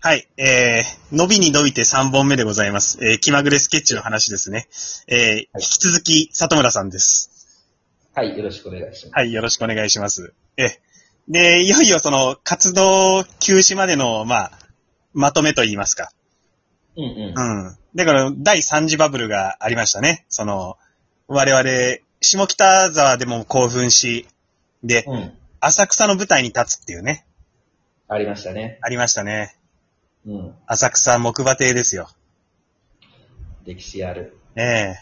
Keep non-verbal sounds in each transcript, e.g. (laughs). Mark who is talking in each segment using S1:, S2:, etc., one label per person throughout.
S1: はい、えー、伸びに伸びて3本目でございます。えー、気まぐれスケッチの話ですね。えー、引き続き、里村さんです。
S2: はい、よろしくお願いします。
S1: はい、よろしくお願いします。えー、で、いよいよその、活動休止までの、まあ、まとめといいますか。
S2: うんうん。
S1: うん。だから、第3次バブルがありましたね。その、我々、下北沢でも興奮し、で、
S2: うん。
S1: 浅草の舞台に立つっていうね、
S2: ありましたね。
S1: ありましたね。
S2: うん。
S1: 浅草木馬亭ですよ。
S2: 歴史ある。
S1: ええ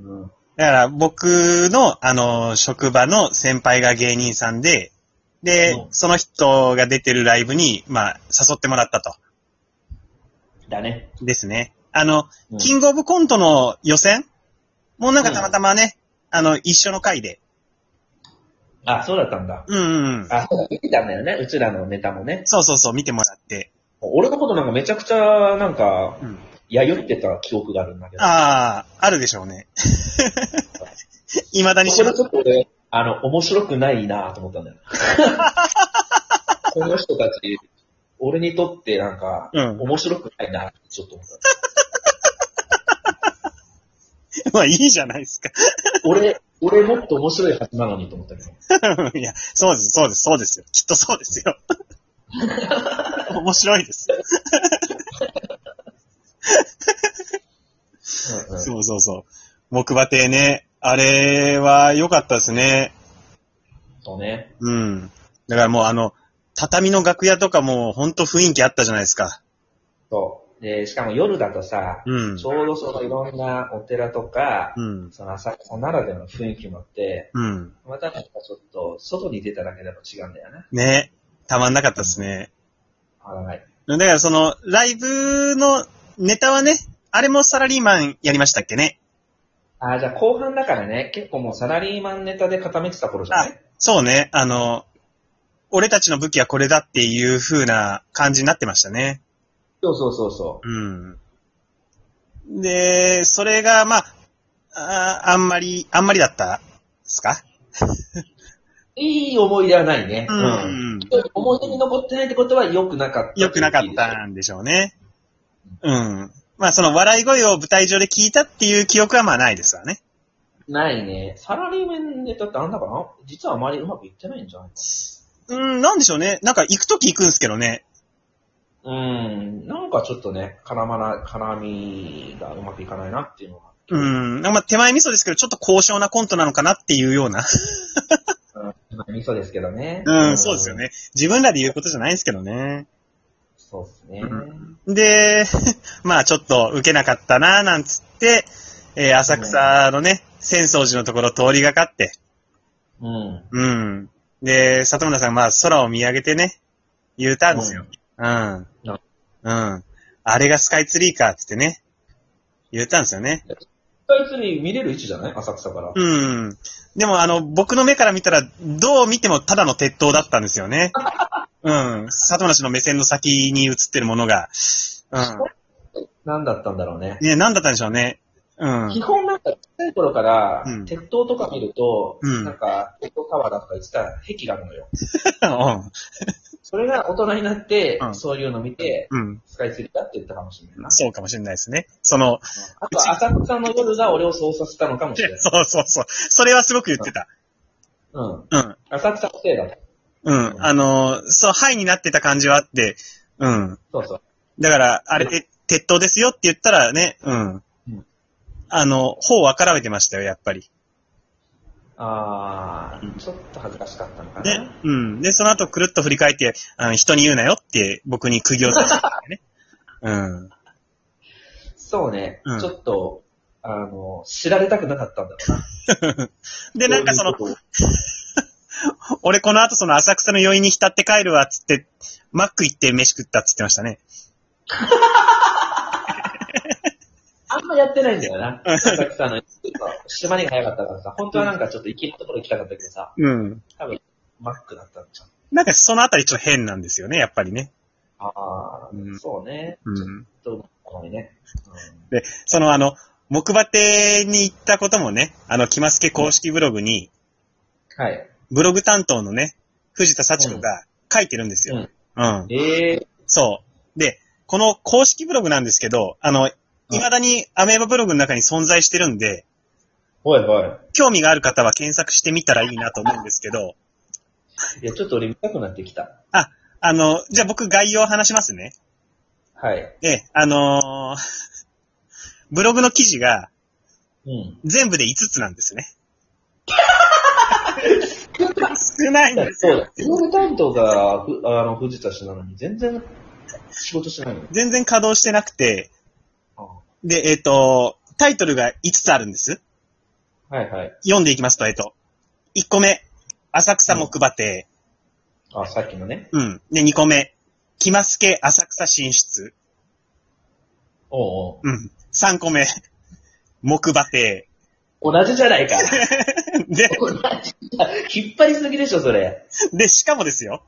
S2: うん。
S1: だから僕の、あの、職場の先輩が芸人さんで、で、
S2: うん
S1: その人が出てるライブに、まあ、誘ってもらったと。
S2: だね。
S1: ですね。あの、
S2: うん
S1: キングオブコントの予選もうなんかたまたまね、あの、一緒の回で。
S2: あ、そうだったんだ。
S1: うんうんうん。
S2: あ、そうだ、見てたんだよね。うちらのネタもね。
S1: そうそうそう、見てもらって。
S2: 俺のことなんかめちゃくちゃ、なんか
S1: う、ん、
S2: やよってた記憶があるんだけど。
S1: ああ、あるでしょうね。 (laughs) いまだに
S2: そ
S1: し
S2: れ
S1: ま
S2: ちょっと俺、あの、面白くないなと思ったんだよ。 (laughs) この人たち、俺にとってなんか、
S1: うん (laughs)
S2: 面白くないなってちょっと思った。
S1: まあいいじゃないですか。 (laughs)
S2: 俺、俺もっと面白いはずなのにと思ったけど。
S1: いや、そうです、そうです、そうですよ。きっとそうです
S2: (laughs)
S1: よ。面白いです。
S2: うんうん
S1: そうそうそう。木馬亭ね。あれは良かったですね。
S2: そうね。
S1: うん。だからもうあの、畳の楽屋とかもほんと雰囲気あったじゃないですか。
S2: そう。で、しかも夜だとさ、
S1: うん
S2: ち。ょうどそのいろんなお寺とか、
S1: うん。
S2: その浅草ならではの雰囲気もあって、
S1: うん。
S2: またなんかちょっと、外に出ただけでも違うんだよね。
S1: ね。たまんなかったですね。
S2: あらない。
S1: だからその、ライブのネタはね、あれもサラリーマンやりましたっけね。
S2: あー、じゃあ後半だからね、結構もうサラリーマンネタで固めてた頃じゃない
S1: そうね。あの、俺たちの武器はこれだっていう風な感じになってましたね。
S2: そうそうそうそ
S1: うん。で、それが、まあ、ああんまり、あんまりだったですか
S2: う。いい思い出はないね。
S1: うん。
S2: 思い出に残ってないってことは良くなかった。
S1: 良くなかっ。たんでしょうね。うん。まあ、その笑い声を舞台上で聞いたっていう記憶はまあないですわね。
S2: ないね。サラリーマンネタってあんだかな実はあまりうまくいってないんじゃないか
S1: うん、なんでしょうね。なんか行くとき行くんですけどね。
S2: うん、なんかちょっとね、絡まな、絡みがうまくいかないなっていうのは。
S1: うん。まあ、手前味噌ですけど、ちょっと高尚なコントなのかなっていうような。
S2: うん。味噌ですけどね。
S1: うん、そうですよ。ね。自分らで言うことじゃないんですけどね。
S2: そうですね。
S1: で、 (laughs) まあちょっと受けなかったな、なんつって、えー浅草のね、浅草寺のところ通りがかって、
S2: うん。
S1: うん。で、里村さん、まあ空を見上げてね、言うたんですよ。うん。うん。あれがスカイツリーか、つってね、言ったんですよね。
S2: スカイツリー見れる位置じゃない浅草から。
S1: うん。でもあの、僕の目から見たら、どう見てもただの鉄塔だったんですよ (laughs) ね。うん。里村氏の目線の先に映ってるものが。うん。
S2: 何だったんだろうね。
S1: ね、なんだったんでしょうね。 (laughs) うん。
S2: 基本なんか、小さい頃から
S1: うん、
S2: 鉄塔とか見ると、
S1: うん
S2: なんか、鉄塔タワーだとか言ってたら壁があるのよ。
S1: うん
S2: それが大人になって、
S1: うん
S2: そういうの見て、
S1: うん。
S2: スカイツリーだって言ったかもしれないな。
S1: そうかもしれないですね。その、
S2: あと、浅草の夜が俺をそうさせたのかもしれない。
S1: (laughs) そうそうそう。それはすごく言ってた。
S2: うん。
S1: うん。
S2: 浅草のせいだと。
S1: うん。あのーそう、ハイになってた感じはあって、うん。
S2: そうそう。
S1: だから、あれて、鉄塔ですよって言ったらね、うん
S2: うん。
S1: あの、頬をあからめてましたよ、やっぱり。
S2: あ
S1: うん
S2: ー、ちょっと恥ずかしかったのか
S1: で
S2: な。、
S1: うん。で、その後、くるっと振り返って、あの、人に言うなよって、僕に釘を刺したね。 (laughs) うん。
S2: そうね
S1: うん、
S2: ちょっと、あの、知られたくなかったんだろうな。
S1: で、なんかその、
S2: こういうこ
S1: 俺この後その浅草の余韻に浸って帰るわ、つって、マック行って飯食ったっつってましたね。
S2: とあんまやってないんだよな。浅草の、島にが早かったからさ、本当はなんかちょっと行きのところ行きたかったけどさ、
S1: うん。
S2: 多分、マックだったんじゃん。
S1: なんかそのあたりちょっと変なんですよね、やっぱりね。
S2: あ
S1: うん
S2: ー、そうね。
S1: う
S2: ちょっ
S1: ん。
S2: と、このね。
S1: で、そのあの、木馬亭に行ったこともね、あの、木マスケ公式ブログに、
S2: うんはい。
S1: ブログ担当のね、藤田幸子が書いてるんですよ。うん。
S2: えー、
S1: そう。で、この公式ブログなんですけど、あの、未だにアメーバブログの中に存在してるんで、
S2: はいは
S1: 興味がある方は検索してみたらいいなと思うんですけど、
S2: い。いや、ちょっと俺見たくなってきた。
S1: あの、じゃあ僕概要を話しますね。
S2: はい。
S1: ええ、あのーブログの記事が
S2: うん。
S1: 全部で5つなんですね。少ないんです
S2: そう
S1: よ。
S2: だ。料理担当が、ふあの、藤田氏なのに、全然仕事してないの。
S1: 全然稼働してなくて、
S2: あ
S1: で、えっ、と、タイトルが5つあるんです。
S2: はいはい。
S1: 読んでいきますと、えっ、と、1個目、浅草木馬亭。
S2: あ、さっきのね。
S1: うん。で、2個目、木マスケ浅草進出。
S2: おう
S1: うん。3個目、木馬亭。
S2: おう同じじゃないか。 (laughs)
S1: で、
S2: 同じじゃ引っ張りすぎでしょ、それ。
S1: で、しかもですよ、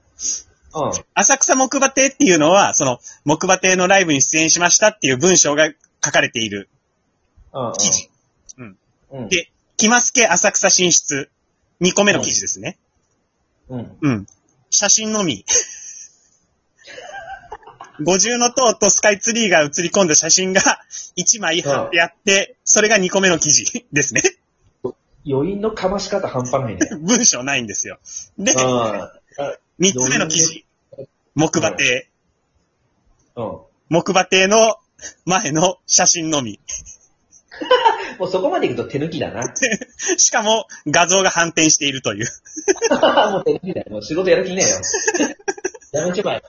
S2: うん。
S1: 浅草木馬亭っていうのは、その、木馬亭のライブに出演しましたっていう文章が書かれている。
S2: うん
S1: 記事。うん。
S2: うん。
S1: で木マスケ浅草進出。2個目の記事ですね。
S2: うん。
S1: うん。写真のみ。五重の塔とスカイツリーが写り込んだ写真が1枚貼ってあって、それが2個目の記事ですね。
S2: 余韻のかまし方半端ないね。
S1: 文章ないんですよ。で、
S2: う
S1: 3つ目の記事。木馬亭。
S2: ん。うん。
S1: 木馬亭の前の写真のみ。
S2: もうそこまで行くと手抜きだな。 (laughs)
S1: しかも画像が反転しているという。
S2: もう手抜きだよ。もう仕事やる気 (laughs) ねえよ。やめちまえ。
S1: で、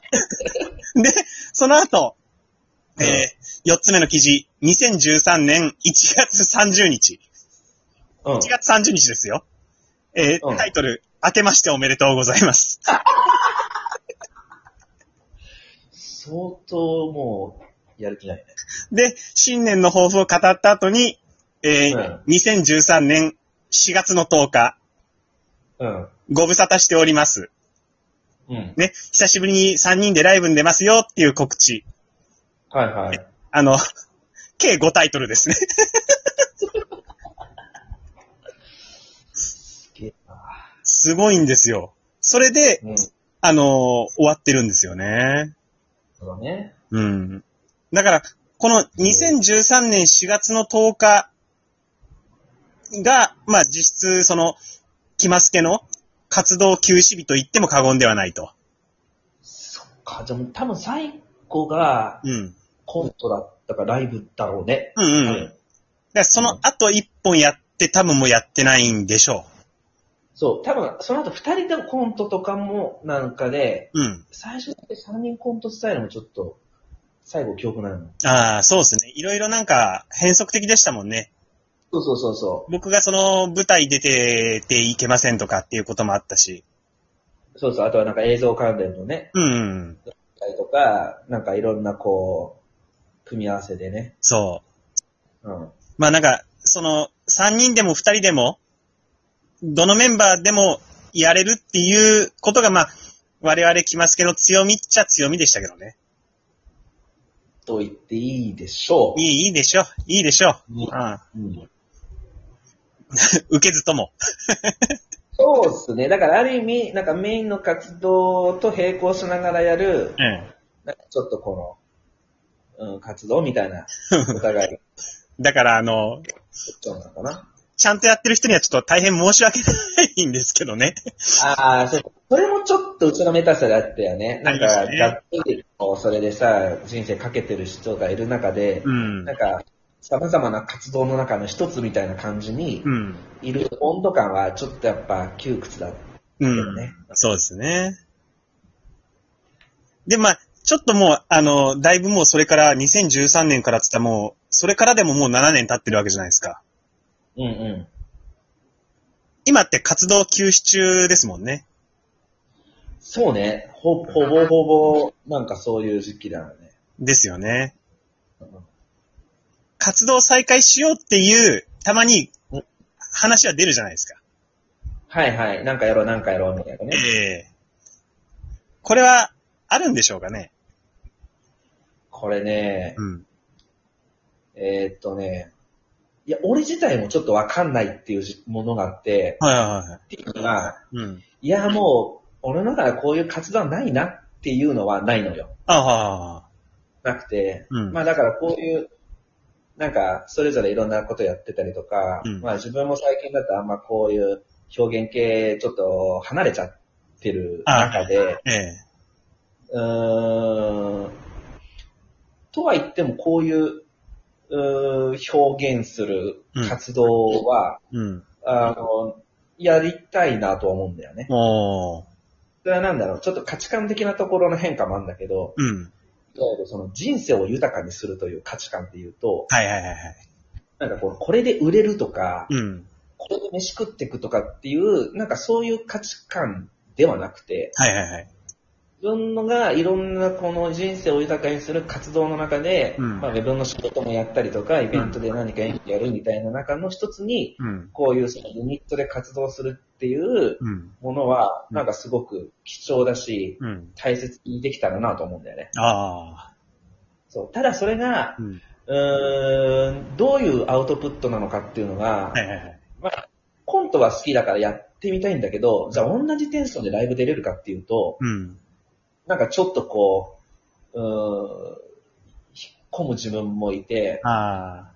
S1: その後、
S2: うん
S1: え4つ目の記事。2013年1月30日。
S2: うん
S1: 1。月30日ですよ。えー
S2: うん
S1: タイトル、明けましておめでとうございます。 (laughs)
S2: 相当もう、やる気ないね。
S1: で、新年の抱負を語った後に、えー
S2: うん
S1: 2013年4月の10日、
S2: うん。
S1: ご無沙汰しております。
S2: うん。
S1: ね、久しぶりに3人でライブに出ますよっていう告知。
S2: はいはい。
S1: あの、 (laughs) 計5タイトルですね。 (laughs)
S2: すげえな
S1: すごいんですよ。それで、
S2: うん。そ
S1: あのー終わってるんですよね。
S2: うだね。
S1: うん。だから、この2013年4月の10日が、まあ実質、その、木マスケの活動休止日と言っても過言ではないと。
S2: そっか。じゃあもう多分最後が
S1: うん。
S2: コントだったかライブだろうね。
S1: うんうん。
S2: う
S1: だか。らその後一本やって多分もうやってないんでしょ
S2: そう。多分その後二人でコントとかもなんかで、
S1: う。うん。
S2: 最初だけ三人コントスタイルもちょっと、最後記憶ないもん。
S1: ああ、そうですね。いろいろなんか変則的でしたもんね。
S2: そうそうそうそ
S1: 僕がその舞台出てていけませんとかっていうこともあったし。
S2: う。そうそう。あとはなんか映像関連のね、
S1: うんうん。
S2: たりとか、なんかいろんなこう、組み合わせでね。
S1: そう。
S2: うん。
S1: まあなんか、その、3人でも2人でも、どのメンバーでもやれるっていうことが、まあ、我々来ますけど、強みっちゃ強みでしたけどね。
S2: と言っていいでしょう。
S1: いい、いいでしょう。いいでしょ
S2: うん
S1: う。うん。 (laughs)
S2: うん
S1: 受けずとも。
S2: そうっすね。だからある意味、なんかメインの活動と並行しながらやる、
S1: うん。
S2: なんかちょっとこの、うん、活動みたいな、お互い、
S1: だから、あの、
S2: そうなのかな。
S1: ちゃんとやってる人にはちょっと大変申し訳ないんですけどね。
S2: ああ、そう。それもちょっとうちのメタさだったよね。なんか、
S1: ありましたね
S2: がっつり、こうそれでさ、人生かけてる人がいる中で、
S1: うん
S2: なん。か、様々な活動の中の一つみたいな感じに
S1: う、ん。
S2: いる温度感はちょっとやっぱ窮屈だった
S1: う
S2: よ
S1: ん。
S2: ね。
S1: そうですね。で、まあ、ちょっともう、あの、だいぶもうそれから、2013年からって言ったらもう、それからでももう7年経ってるわけじゃないですか。
S2: うんうん。
S1: 今って活動休止中ですもんね。
S2: そうね。ほ、ほぼほぼ、なんかそういう時期だよね。
S1: ですよね。
S2: うん
S1: 活動再開しようっていう、たまに
S2: うん
S1: 話は出るじゃないですか。
S2: はいはい。なんかやろう、なんかやろう、みたいな
S1: え
S2: ね。
S1: えこれは、あるんでしょうかね。
S2: これね、
S1: うん。
S2: えーっとね、いや、俺自体もちょっとわかんないっていうじものがあって、
S1: はいはいはい。
S2: っていうのが、
S1: うん。
S2: いや、もう、俺の中でこういう活動はないなっていうのはないのよ。
S1: ああ、
S2: なくて、
S1: うん
S2: まあだからこういう、なんか、それぞれいろんなことやってたりとか、
S1: うん
S2: まあ自分も最近だとあんまこういう表現系ちょっと離れちゃってる中で、
S1: ええ。
S2: うーん、とは言ってもこういう、うー表現する活動は、
S1: うん。
S2: あの、やりたいなとは思うんだよね。
S1: おー。
S2: それはなんだろう、ちょっと価値観的なところの変化もあるんだけど、
S1: うん。
S2: いわゆるその人生を豊かにするという価値観っていうと、
S1: はいはいはいはい。
S2: なんかこう、これで売れるとか、
S1: うん。
S2: これで飯食っていくとかっていう、なんかそういう価値観ではなくて、
S1: はいはいはい。
S2: 自分のがいろんなこの人生を豊かにする活動の中で、
S1: うん
S2: まあ自分の仕事もやったりとか、イベントで何か演技やるみたいな中の一つに、
S1: うん。
S2: こういうそのユニットで活動するっていう
S1: うん。
S2: ものは、
S1: うん
S2: なんかすごく貴重だし、
S1: うん。
S2: 大切にできたらなと思うんだよね。
S1: あ
S2: そう。ただそれが
S1: あ。、うん。
S2: うーん、どういうアウトプットなのかっていうのが、
S1: はいはいはい。
S2: まあ、コントは好きだからやってみたいんだけど、じゃあ同じテンションでライブ出れるかっていうと、
S1: うん。
S2: なんかちょっとこう、うーん、引っ込む自分もいて、
S1: ああ。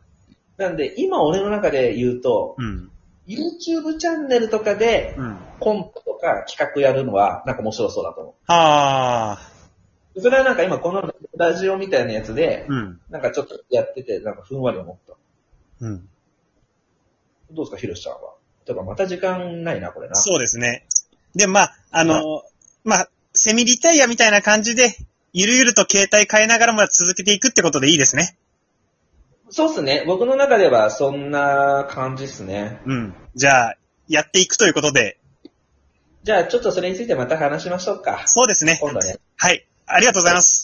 S2: なんで今俺の中で言うと、
S1: うん。
S2: YouTube チャンネルとかで
S1: うん。
S2: コントとか企画やるのはなんか面白そうだと思
S1: ああ。
S2: う。それはなんか今このラジオみたいなやつで、
S1: うん。
S2: なんかちょっとやってて、なんかふんわり思った。
S1: うん。
S2: どうですか、ヒロシちゃんは。とか、また時間ないな、これな。
S1: そうですね。で、まあ、あの、まあ、セミリタイヤみたいな感じで、ゆるゆると携帯変えながらも続けていくってことでいいですね。
S2: そうっすね。僕の中ではそんな感じっすね。
S1: うん。じゃあ、やっていくということで、
S2: じゃあ、ちょっとそれについてまた話しましょうか。
S1: そうですね。
S2: 今度ね。
S1: はい。ありがとうございます。